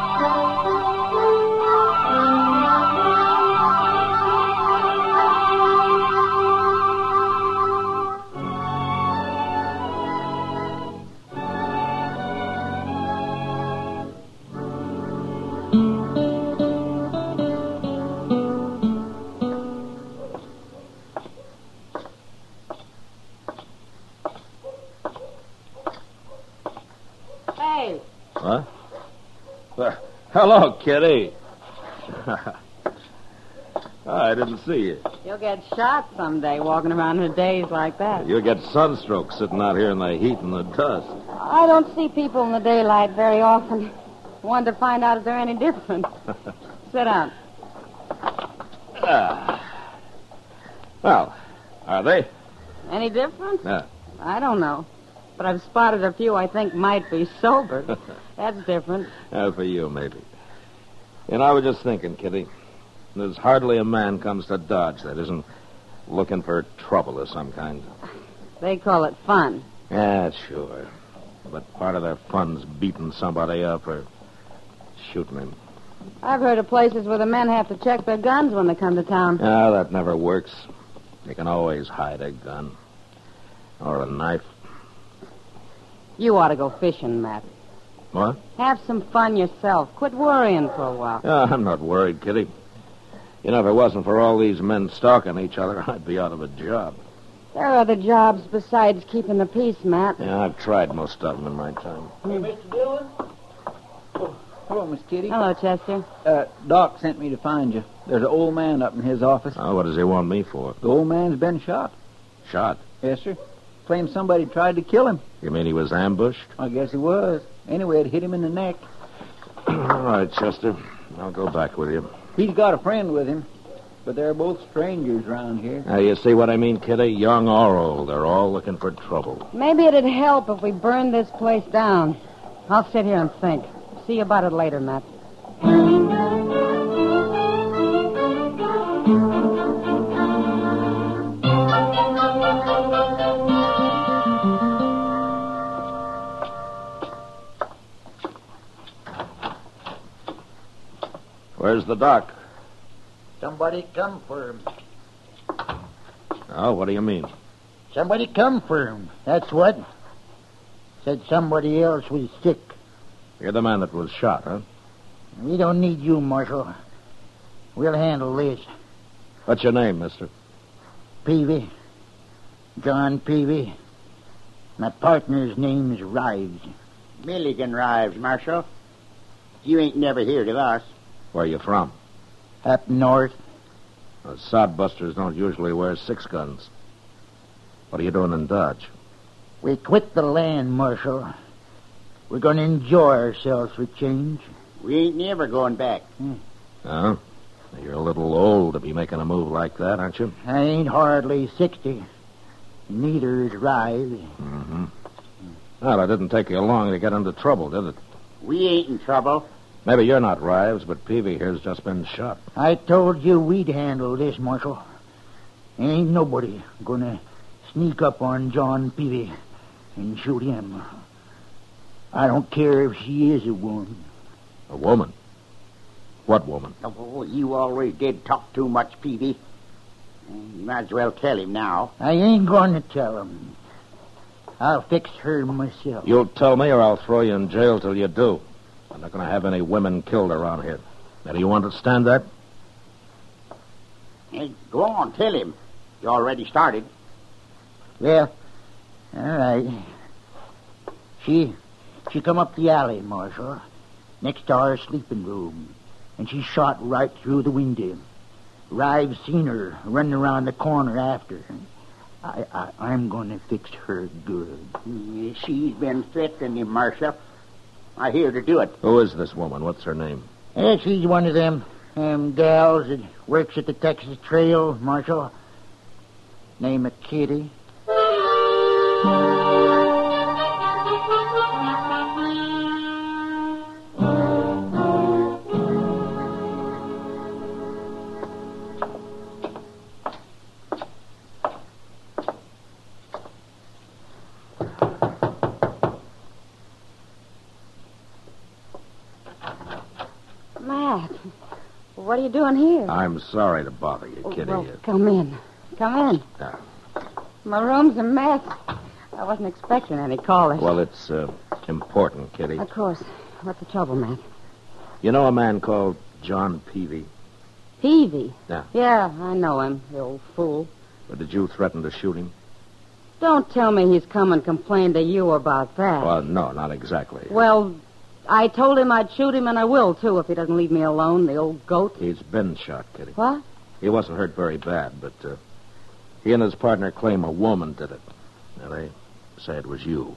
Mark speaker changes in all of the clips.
Speaker 1: Hey,
Speaker 2: Huh? Well, hello, Kitty. I didn't see you.
Speaker 1: you'll get shot someday walking around in a daze like that.
Speaker 2: You'll get sunstroke sitting out here in the heat and the dust.
Speaker 1: I don't see people in the daylight very often. Wanted to find out if they're any different. Sit down.
Speaker 2: Ah. Well, are they?
Speaker 1: Any different?
Speaker 2: No.
Speaker 1: I don't know. But I've spotted a few I think might be sober. That's different.
Speaker 2: Uh, for you, maybe. And I was just thinking, Kitty, there's hardly a man comes to Dodge that isn't looking for trouble of some kind.
Speaker 1: They call it fun.
Speaker 2: Yeah, sure. But part of their fun's beating somebody up or shooting him.
Speaker 1: I've heard of places where the men have to check their guns when they come to town.
Speaker 2: Ah, that never works. You can always hide a gun or a knife.
Speaker 1: You ought to go fishing, Matt.
Speaker 2: What?
Speaker 1: Have some fun yourself. Quit worrying for a while.
Speaker 2: Ah, I'm not worried, Kitty. You know, if it wasn't for all these men stalking each other, I'd be out of a job.
Speaker 1: There are other jobs besides keeping the peace, Matt.
Speaker 2: Yeah, I've tried most of them in my time.
Speaker 3: Hey, Mr. Dillon. Oh, hello, Miss Kitty.
Speaker 1: Hello, Chester.
Speaker 3: Uh, Doc sent me to find you. There's an old man up in his office.
Speaker 2: Oh, what does he want me for?
Speaker 3: The old man's been shot.
Speaker 2: Shot.
Speaker 3: Yes, sir. Claims somebody tried to kill him.
Speaker 2: You mean he was ambushed?
Speaker 3: I guess he was. Anyway, it hit him in the neck.
Speaker 2: all right, Chester. I'll go back with you.
Speaker 3: He's got a friend with him, but they're both strangers round here.
Speaker 2: Now, Ah, you see what I mean, Kitty? Young or old, they're all looking for trouble.
Speaker 1: Maybe it'd help if we burned this place down. I'll sit here and think. See you about it later, Matt.
Speaker 2: Where's the doc?
Speaker 4: Somebody come for him.
Speaker 2: Oh, what do you mean?
Speaker 4: Somebody come for him. That's what. Said somebody else was sick.
Speaker 2: You're the man that was shot, huh?
Speaker 4: We don't need you, Marshal. We'll handle this.
Speaker 2: What's your name, mister?
Speaker 4: Peavy. John Peavy. My partner's name's Rives.
Speaker 5: Milligan Rives, Marshal. You ain't never heard of us.
Speaker 2: Where you from?
Speaker 4: Up north.
Speaker 2: Uh, sodbusters don't usually wear six guns. What are you doing in Dodge?
Speaker 4: We quit the land, Marshal. We're going to enjoy ourselves for change.
Speaker 5: We ain't never going back.
Speaker 2: Huh? You're a little old to be making a move like that, aren't you?
Speaker 4: I ain't hardly 60. Neither is Rives.
Speaker 2: Mm-hmm. Well, it didn't take you long to get into trouble, did it?
Speaker 5: We ain't in trouble.
Speaker 2: Maybe you're not Rives, but Peavy here's just been shot.
Speaker 4: I told you we'd handle this, Marshal. Ain't nobody gonna sneak up on John Peavy and shoot him. I don't care if she is a woman.
Speaker 2: A woman? What woman?
Speaker 5: Oh, you always did talk too much, Peavy. You might as well tell him now.
Speaker 4: I ain't gonna tell him. I'll fix her myself.
Speaker 2: You'll tell me, or I'll throw you in jail till you do. I'm not going to have any women killed around here. Now, do you understand that?
Speaker 5: Hey, go on, tell him. You already started.
Speaker 4: Well, all right. She, she come up the alley, Marshal, next to our sleeping room, and she shot right through the window. I've seen her running around the corner after. I, I, I'm going to fix her good.
Speaker 5: Mm, She's been threatening him, Marshal. I here to do it.
Speaker 2: Who is this woman? What's her name?
Speaker 4: Yeah, she's one of them, them gals that works at the Texas Trail, Marshal. Name of Kitty.
Speaker 1: Matt, what are you doing here?
Speaker 2: I'm sorry to bother you,
Speaker 1: Oh,
Speaker 2: Kitty.
Speaker 1: well, come in. Come in.
Speaker 2: Yeah.
Speaker 1: My room's a mess. I wasn't expecting any callers.
Speaker 2: Well, it's uh, important, Kitty.
Speaker 1: Of course. What's the trouble, Matt?
Speaker 2: You know a man called John Peavy?
Speaker 1: Peavy.
Speaker 2: Yeah.
Speaker 1: Yeah, I know him, the old fool.
Speaker 2: Or did you threaten to shoot him?
Speaker 1: Don't tell me he's come and complained to you about that.
Speaker 2: Well, no, not exactly.
Speaker 1: Well, I told him I'd shoot him, and I will, too, if he doesn't leave me alone, the old goat.
Speaker 2: He's been shot, Kitty.
Speaker 1: What?
Speaker 2: He wasn't hurt very bad, but uh, he and his partner claim a woman did it. Now, they say it was you.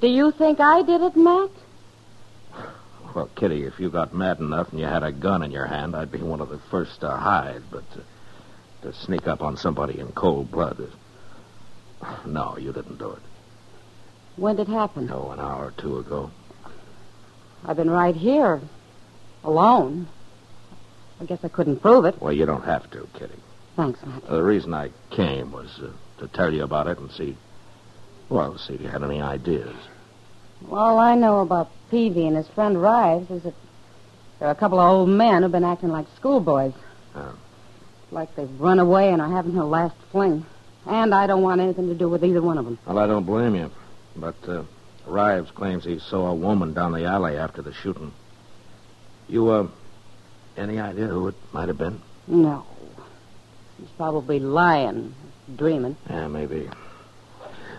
Speaker 1: Do you think I did it, Matt?
Speaker 2: Well, Kitty, if you got mad enough and you had a gun in your hand, I'd be one of the first to hide. But uh, to sneak up on somebody in cold blood, uh, no, you didn't do it.
Speaker 1: When did it happen?
Speaker 2: No, an hour or two ago.
Speaker 1: I've been right here, alone. I guess I couldn't prove it.
Speaker 2: Well, you don't have to, Kitty.
Speaker 1: Thanks, Matt.
Speaker 2: The reason I came was uh, to tell you about it and see, well, see if you had any ideas.
Speaker 1: All I know about Peavy and his friend Rives is that there are a couple of old men who've been acting like schoolboys.
Speaker 2: Oh.
Speaker 1: Like they've run away and are having their last fling. And I don't want anything to do with either one of them.
Speaker 2: Well, I don't blame you, but uh, Rives claims he saw a woman down the alley after the shooting. You, uh, any idea who it might have been?
Speaker 1: No. He's probably lying, dreaming.
Speaker 2: Yeah, maybe.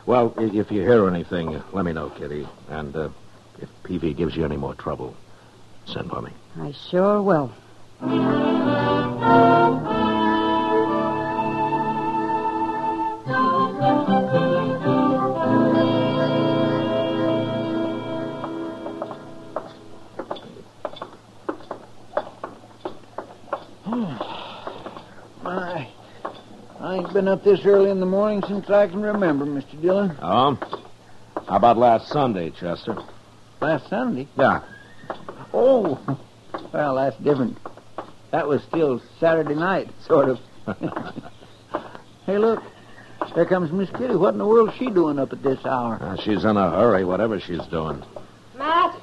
Speaker 2: Well, i- if you hear anything, uh, let me know, Kitty. And uh, if Peavy gives you any more trouble, send for me.
Speaker 1: I sure will.
Speaker 3: My, I ain't been up this early in the morning since I can remember, Mr. Dillon.
Speaker 2: Oh? How about last Sunday, Chester?
Speaker 3: Last Sunday.
Speaker 2: Yeah.
Speaker 3: Oh, well, that's different. That was still Saturday night, sort of. hey, look, there comes Miss Kitty. What in the world's she doing up at this hour?
Speaker 2: Uh, she's in a hurry, whatever she's doing.
Speaker 1: Matt!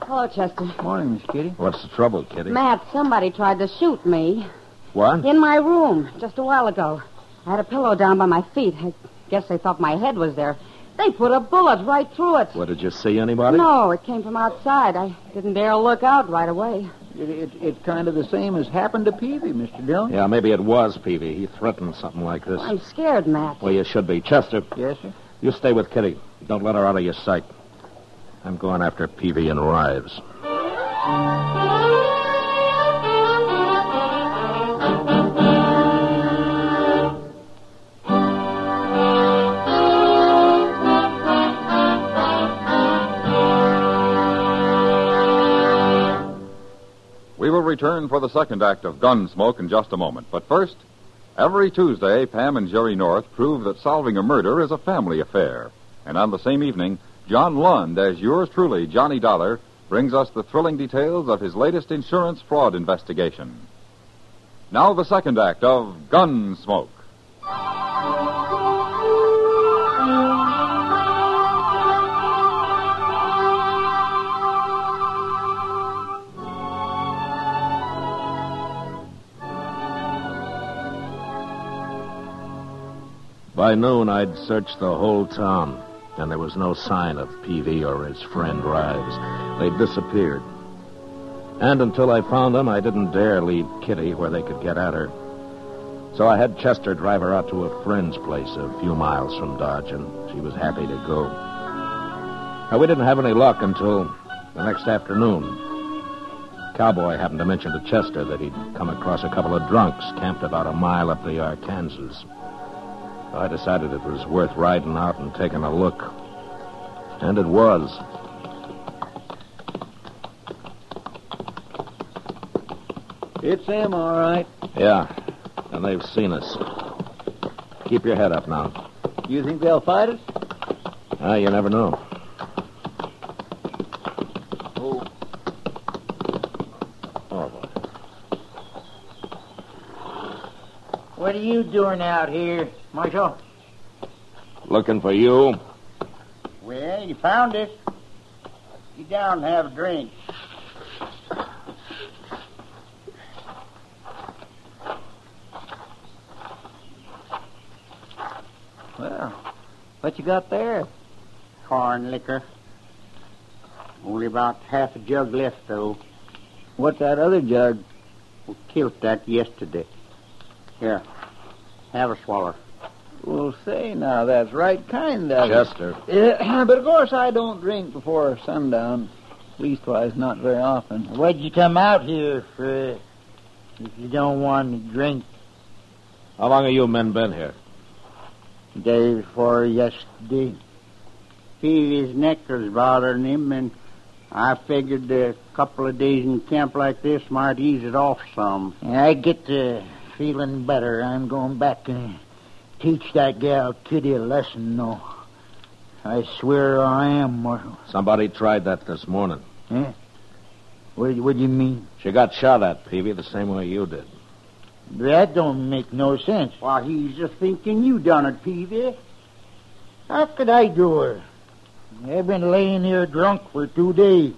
Speaker 1: Hello, Chester.
Speaker 3: Morning, Miss Kitty.
Speaker 2: What's the trouble, Kitty?
Speaker 1: Matt, somebody tried to shoot me
Speaker 2: What?
Speaker 1: in my room just a while ago. I had a pillow down by my feet. I guess they thought my head was there. They put a bullet right through it.
Speaker 2: What, did you see anybody?
Speaker 1: No, it came from outside. I didn't dare look out right away.
Speaker 3: It, it, it's kind of the same as happened to Peavy, Mr. Dillon.
Speaker 2: Yeah, maybe it was Peavy. He threatened something like this.
Speaker 1: I'm scared, Matt.
Speaker 2: Well, you should be. Chester,
Speaker 3: Yes, sir.
Speaker 2: you stay with Kitty. Don't let her out of your sight. I'm going after Peavy and Rives.
Speaker 6: We will return for the second act of Gunsmoke in just a moment. But first, every Tuesday, Pam and Jerry North prove that solving a murder is a family affair. And on the same evening, John Lund, as yours truly, Johnny Dollar, brings us the thrilling details of his latest insurance fraud investigation. Now, the second act of Gunsmoke.
Speaker 2: By noon, I'd searched the whole town, and there was no sign of Peavy or his friend Rives. They'd disappeared. And until I found them, I didn't dare leave Kitty where they could get at her. So I had Chester drive her out to a friend's place a few miles from Dodge, and she was happy to go. Now, we didn't have any luck until the next afternoon. Cowboy happened to mention to Chester that he'd come across a couple of drunks camped about a mile up the Arkansas. So I decided it was worth riding out and taking a look. And it was.
Speaker 3: It's them, all right.
Speaker 2: Yeah. And they've seen us. Keep your head up now.
Speaker 3: You think they'll fight us?
Speaker 2: Ah, you never know.
Speaker 3: Oh.
Speaker 2: Oh, boy.
Speaker 4: What are you doing out here, Marshal?
Speaker 2: Looking for you.
Speaker 5: Well, you found us. Get down and have a drink.
Speaker 3: Well, what you got there?
Speaker 5: Corn liquor. Only about half a jug left, though.
Speaker 3: What's that other jug?
Speaker 5: We killed that yesterday. Here, have a swallow.
Speaker 3: Well, say now, that's right kind of you.
Speaker 2: Chester.
Speaker 3: Uh, but of course, I don't drink before sundown. Leastwise, not very often.
Speaker 4: Why'd you come out here if, uh, if you don't want to drink
Speaker 2: How long have you men been here?
Speaker 4: day before yesterday?
Speaker 5: Peavy's neck was bothering him, and I figured a couple of days in camp like this might ease it off some.
Speaker 4: I get to feeling better. I'm going back and teach that gal Kitty a lesson, though. I swear I am, Marshal.
Speaker 2: Somebody tried that this morning.
Speaker 4: What, what do you mean?
Speaker 2: She got shot at, Peavy, the same way you did.
Speaker 4: That don't make no sense.
Speaker 5: Why, he's just thinking you done it, Peavy.
Speaker 4: How could I do her? I've been laying here drunk for two days.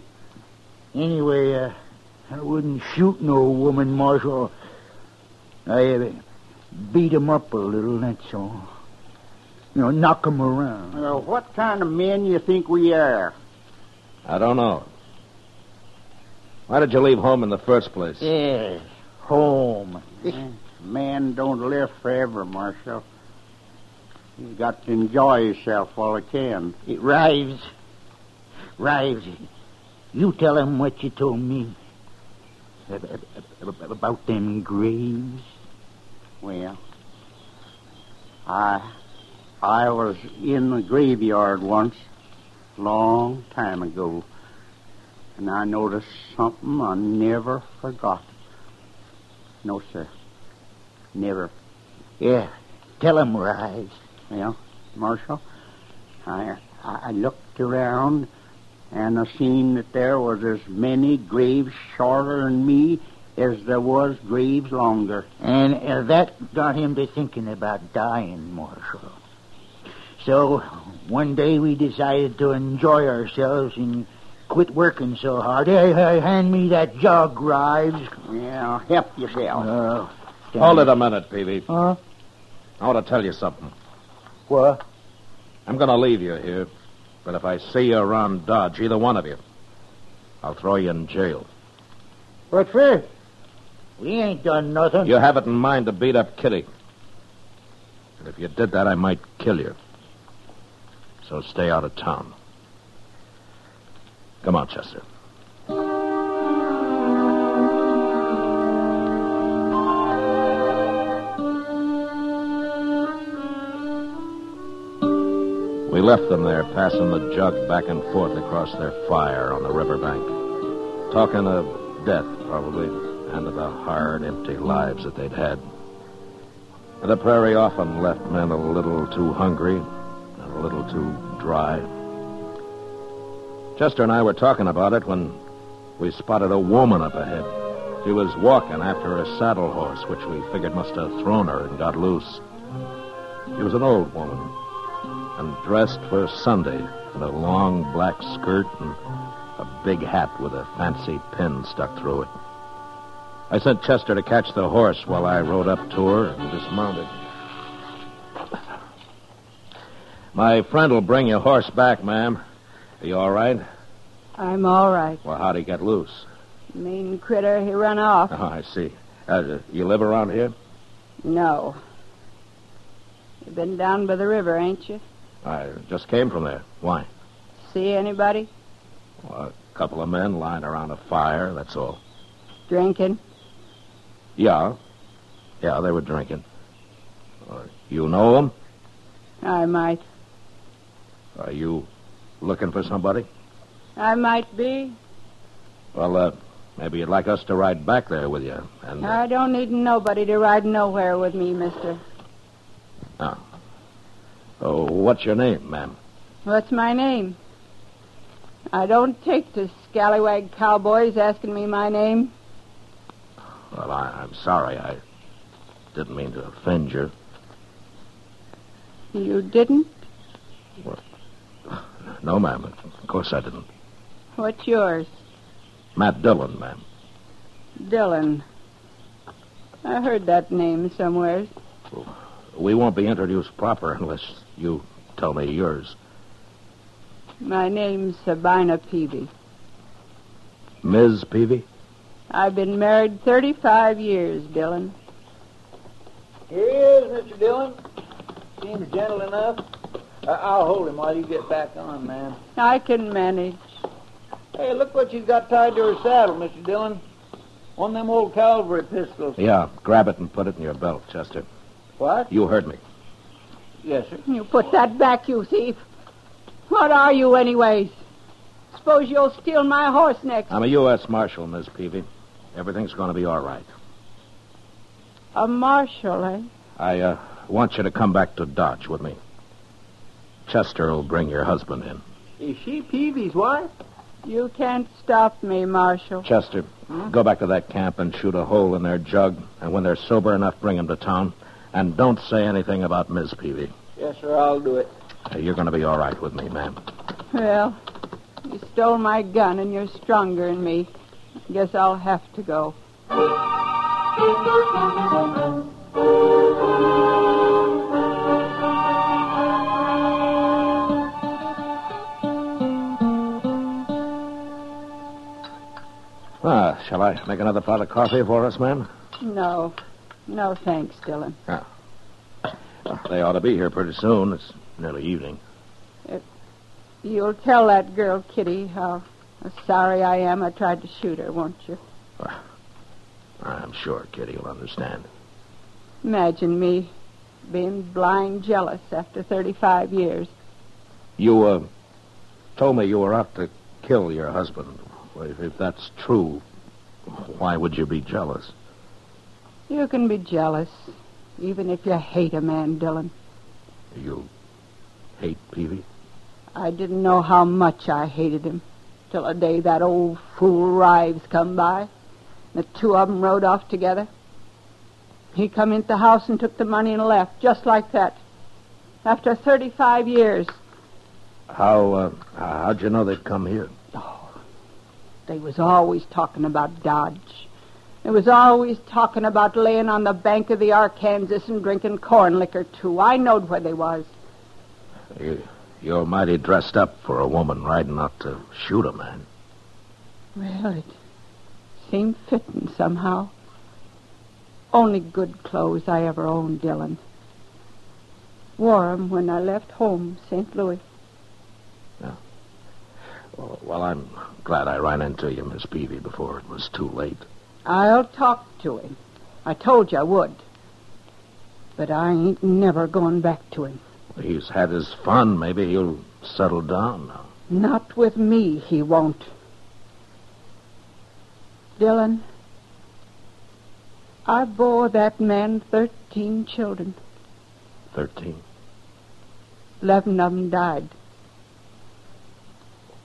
Speaker 4: Anyway, uh, I wouldn't shoot no woman, Marshal. I uh, beat 'em up a little, that's all. You know, knock 'em around.
Speaker 5: Well, what kind of men you think we are?
Speaker 2: I don't know. Why did you leave home in the first place?
Speaker 4: Yeah, home.
Speaker 5: Man don't live forever, Marshal. He's got to enjoy himself while he can.
Speaker 4: It Rives. Rives. You tell him what you told me. Ab- ab- ab- ab- About them graves.
Speaker 5: Well, I I was in the graveyard once, long time ago, and I noticed something I never forgot. No, sir, never.
Speaker 4: Yeah, tell him, Rives.
Speaker 5: Well, Marshal, I I I looked around and I seen that there was as many graves shorter than me as there was graves longer.
Speaker 4: And uh, that got him to thinking about dying, Marshal. So one day we decided to enjoy ourselves and quit working so hard. Hey, hey, hand me that jug, Rives.
Speaker 5: Yeah, help yourself.
Speaker 4: Uh,
Speaker 2: Hold it a minute, Peavy.
Speaker 4: Huh?
Speaker 2: I want to tell you something.
Speaker 4: What?
Speaker 2: I'm going to leave you here, but if I see you around Dodge, either one of you, I'll throw you in jail.
Speaker 4: What for? We ain't done nothing.
Speaker 2: You have it in mind to beat up Kitty. And if you did that, I might kill you. So stay out of town. Come on, Chester. We left them there, passing the jug back and forth across their fire on the riverbank, talking of death, probably, and of the hard, empty lives that they'd had. The prairie often left men a little too hungry and a little too dry. Chester and I were talking about it when we spotted a woman up ahead. She was walking after a saddle horse, which we figured must have thrown her and got loose. She was an old woman and dressed for Sunday in a long black skirt and a big hat with a fancy pin stuck through it. I sent Chester to catch the horse while I rode up to her and dismounted. My friend will bring your horse back, ma'am. Are you all right?
Speaker 1: I'm all right.
Speaker 2: Well, how'd he get loose?
Speaker 1: Mean critter, he run off.
Speaker 2: Oh, I see. Uh, you live around here?
Speaker 1: No. You've been down by the river, ain't you?
Speaker 2: I just came from there. Why?
Speaker 1: See anybody?
Speaker 2: Well, a couple of men lying around a fire, that's all.
Speaker 1: Drinking?
Speaker 2: Yeah. Yeah, they were drinking. Uh, you know them?
Speaker 1: I might.
Speaker 2: Are you looking for somebody?
Speaker 1: I might be.
Speaker 2: Well, uh, maybe you'd like us to ride back there with you. And uh,
Speaker 1: I don't need nobody to ride nowhere with me, mister.
Speaker 2: oh, what's your name, ma'am?
Speaker 1: What's my name? I don't take to scallywag cowboys asking me my name.
Speaker 2: Well, I, I'm sorry. I didn't mean to offend you.
Speaker 1: You didn't?
Speaker 2: No, ma'am. Of course I didn't.
Speaker 1: What's yours?
Speaker 2: Matt Dillon, ma'am.
Speaker 1: Dillon. I heard that name somewhere.
Speaker 2: We won't be introduced proper unless you tell me yours.
Speaker 1: My name's Sabina Peavy.
Speaker 2: Ms. Peavy?
Speaker 1: I've been married 35 years, Dillon.
Speaker 3: Here he is, Mr. Dillon. Seems gentle enough. I- I'll hold him while you get back on, man.
Speaker 1: I can manage.
Speaker 3: Hey, look what she's got tied to her saddle, Mr. Dillon. One of them old cavalry pistols.
Speaker 2: Yeah, grab it and put it in your belt, Chester.
Speaker 3: What?
Speaker 2: You heard me.
Speaker 3: Yes, sir.
Speaker 1: You put that back, you thief. What are you, anyways? Suppose you'll steal my horse next.
Speaker 2: I'm a U.S. Marshal, Ms. Peavy. Everything's going to be all right.
Speaker 1: A marshal, eh?
Speaker 2: I uh, want you to come back to Dodge with me. Chester will bring your husband in.
Speaker 3: Is she Peavy's wife?
Speaker 1: You can't stop me, Marshal.
Speaker 2: Chester, go back to that camp and shoot a hole in their jug, and when they're sober enough, bring 'em to town. And don't say anything about Ms. Peavy.
Speaker 3: Yes, sir, I'll do it.
Speaker 2: Uh, You're going to be all right with me, ma'am.
Speaker 1: Well, you stole my gun and you're stronger than me. Guess I'll have to go.
Speaker 2: Ah, shall I make another pot of coffee for us, ma'am?
Speaker 1: No. No thanks, Dillon.
Speaker 2: They ought to be here pretty soon. It's nearly evening.
Speaker 1: You'll tell that girl, Kitty, how sorry I am I tried to shoot her, won't you?
Speaker 2: I'm sure Kitty will understand.
Speaker 1: Imagine me being blind jealous after 35 years.
Speaker 2: You uh, told me you were out to kill your husband. Well, If, if that's true, why would you be jealous?
Speaker 1: You can be jealous, even if you hate a man, Dillon.
Speaker 2: You hate Peavy?
Speaker 1: I didn't know how much I hated him till a day that old fool Rives come by. and The two of 'em rode off together. He come into the house and took the money and left, just like that. After 35 years,
Speaker 2: How uh, how'd you know they'd come here?
Speaker 1: They was always talking about Dodge. They was always talking about laying on the bank of the Arkansas and drinking corn liquor, too. I knowed where they was.
Speaker 2: You, you're mighty dressed up for a woman riding out to shoot a man.
Speaker 1: Well, it seemed fitting somehow. Only good clothes I ever owned, Dillon. Wore 'em when I left home, St. Louis.
Speaker 2: Well, well, I'm glad I ran into you, Miss Peavy, before it was too late.
Speaker 1: I'll talk to him. I told you I would. But I ain't never going back to him.
Speaker 2: He's had his fun. Maybe he'll settle down now.
Speaker 1: Not with me, he won't. Dylan, I bore that man 13 children.
Speaker 2: Thirteen.
Speaker 1: 11 of 'em died.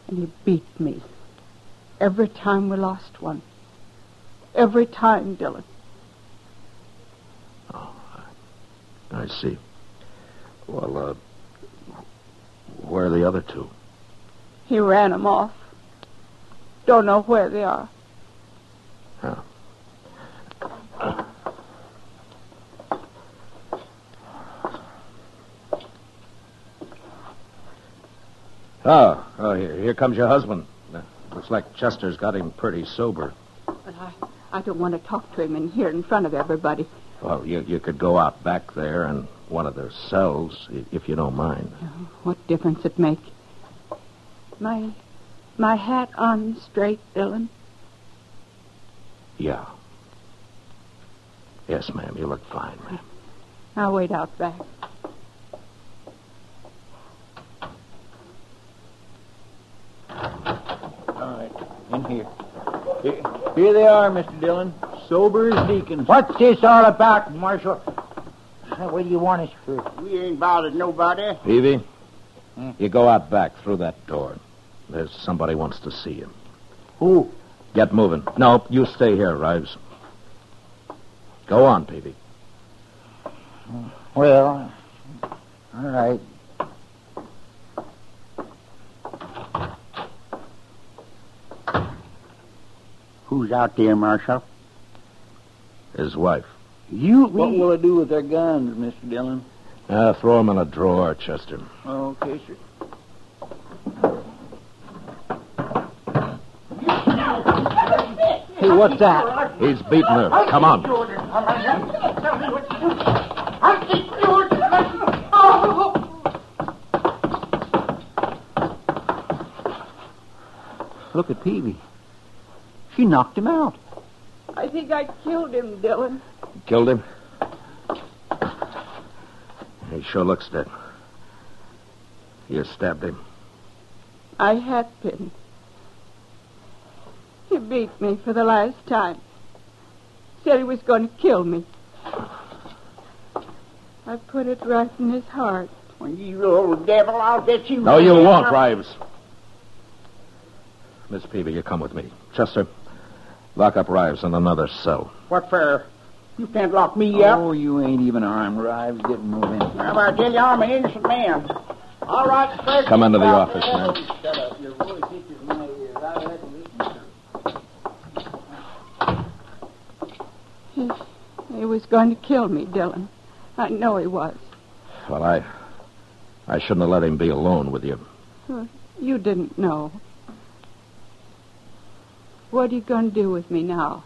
Speaker 1: And he beat me. Every time we lost one. Every time, Dylan.
Speaker 2: Oh, I see. Well, uh, where are the other two?
Speaker 1: He ran 'em off. Don't know where they are.
Speaker 2: Oh, oh here, here comes your husband. Uh, looks like Chester's got him pretty sober.
Speaker 1: But I, I don't want to talk to him in here in front of everybody.
Speaker 2: Well, you, you could go out back there and one of their cells, i- if you don't mind.
Speaker 1: What difference it make? My my hat on straight, Dylan.
Speaker 2: Yeah. Yes, ma'am. You look fine, ma'am.
Speaker 7: I'll wait out back.
Speaker 4: All right, in here. Here, here they are, Mr. Dillon. Sober as deacons.
Speaker 8: What's this all about, Marshal? What do you want us for?
Speaker 5: We ain't bothered nobody.
Speaker 2: Peavy,
Speaker 8: Hmm?
Speaker 2: you go out back through that door. There's somebody wants to see you.
Speaker 8: Who?
Speaker 2: Get moving. No, you stay here, Rives. Go on, Peavy.
Speaker 8: Well, all right.
Speaker 5: Who's out there, Marshal?
Speaker 2: His wife.
Speaker 5: You.
Speaker 4: What will I do with their guns, Mr. Dillon?
Speaker 2: Uh, throw him in a drawer, Chester.
Speaker 4: Okay, sir.
Speaker 8: Hey, what's that?
Speaker 2: He's beating her. Come on.
Speaker 4: Look at Peavy. She knocked him out.
Speaker 7: I think I killed him, Dillon.
Speaker 2: Killed him? He sure looks dead. You stabbed him.
Speaker 7: I had been. He beat me for the last time. Said he was going to kill me. I put it right in his heart.
Speaker 5: You old devil, I'll bet you.
Speaker 2: No, you won't, Rives. Miss Peavy, you come with me. Chester, lock up Rives in another cell.
Speaker 5: What for? You can't lock me up.
Speaker 4: Oh, you ain't even armed, Rives. Get moving.
Speaker 5: How about tell you I'm an innocent man? All right, Fred.
Speaker 2: Come into the office, man.
Speaker 4: Shut up. Your voice itches my ears. I had to listen to it.
Speaker 7: He was going to kill me, Dillon. I know he was.
Speaker 2: Well, I. I shouldn't have let him be alone with you.
Speaker 7: You didn't know. What are you going to do with me now?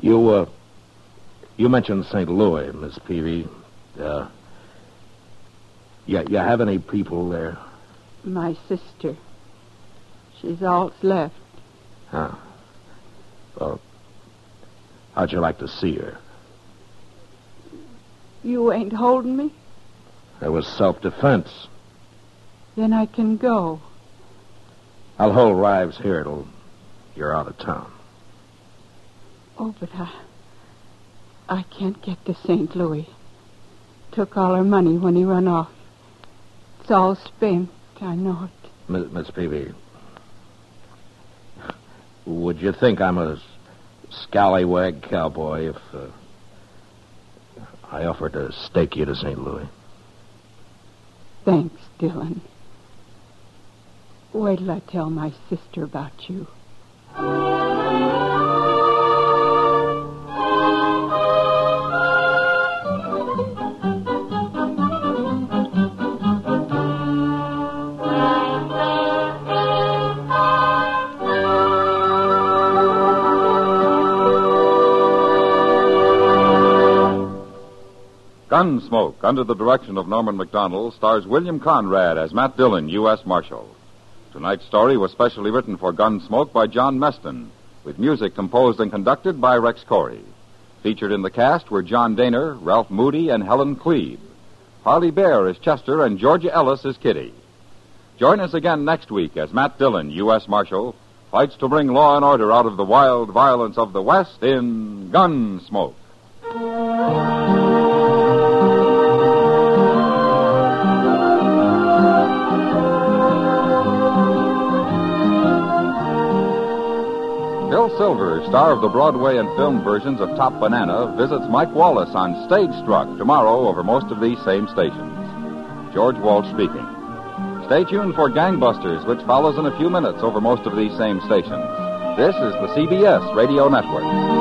Speaker 2: You, uh. You mentioned St. Louis, Miss Peavy. Uh. Yeah, you have any people there?
Speaker 7: My sister. She's all that's left.
Speaker 2: How'd you like to see her?
Speaker 7: You ain't holding me?
Speaker 2: It was self defense.
Speaker 7: Then I can go.
Speaker 2: I'll hold Rives here till you're out of town.
Speaker 7: Oh, but I. I can't get to St. Louis. Took all her money when he run off. It's all spent, I know it.
Speaker 2: Miss, Miss Peavy, would you think I'm a s- scallywag cowboy if uh, I offered to stake you to St. Louis?
Speaker 7: Thanks, Dillon. Wait till I tell my sister about you.
Speaker 6: Gunsmoke, under the direction of Norman McDonald, stars William Conrad as Matt Dillon, U.S. Marshal. Tonight's story was specially written for Gunsmoke by John Meston, with music composed and conducted by Rex Corey. Featured in the cast were John Daner, Ralph Moody, and Helen Cleve. Harley Bear is Chester, and Georgia Ellis is Kitty. Join us again next week as Matt Dillon, U.S. Marshal, fights to bring law and order out of the wild violence of the West in Gunsmoke. Bill Silver, star of the Broadway and film versions of Top Banana, visits Mike Wallace on Stage Struck tomorrow over most of these same stations. George Walsh speaking. Stay tuned for Gangbusters, which follows in a few minutes over most of these same stations. This is the CBS Radio Network.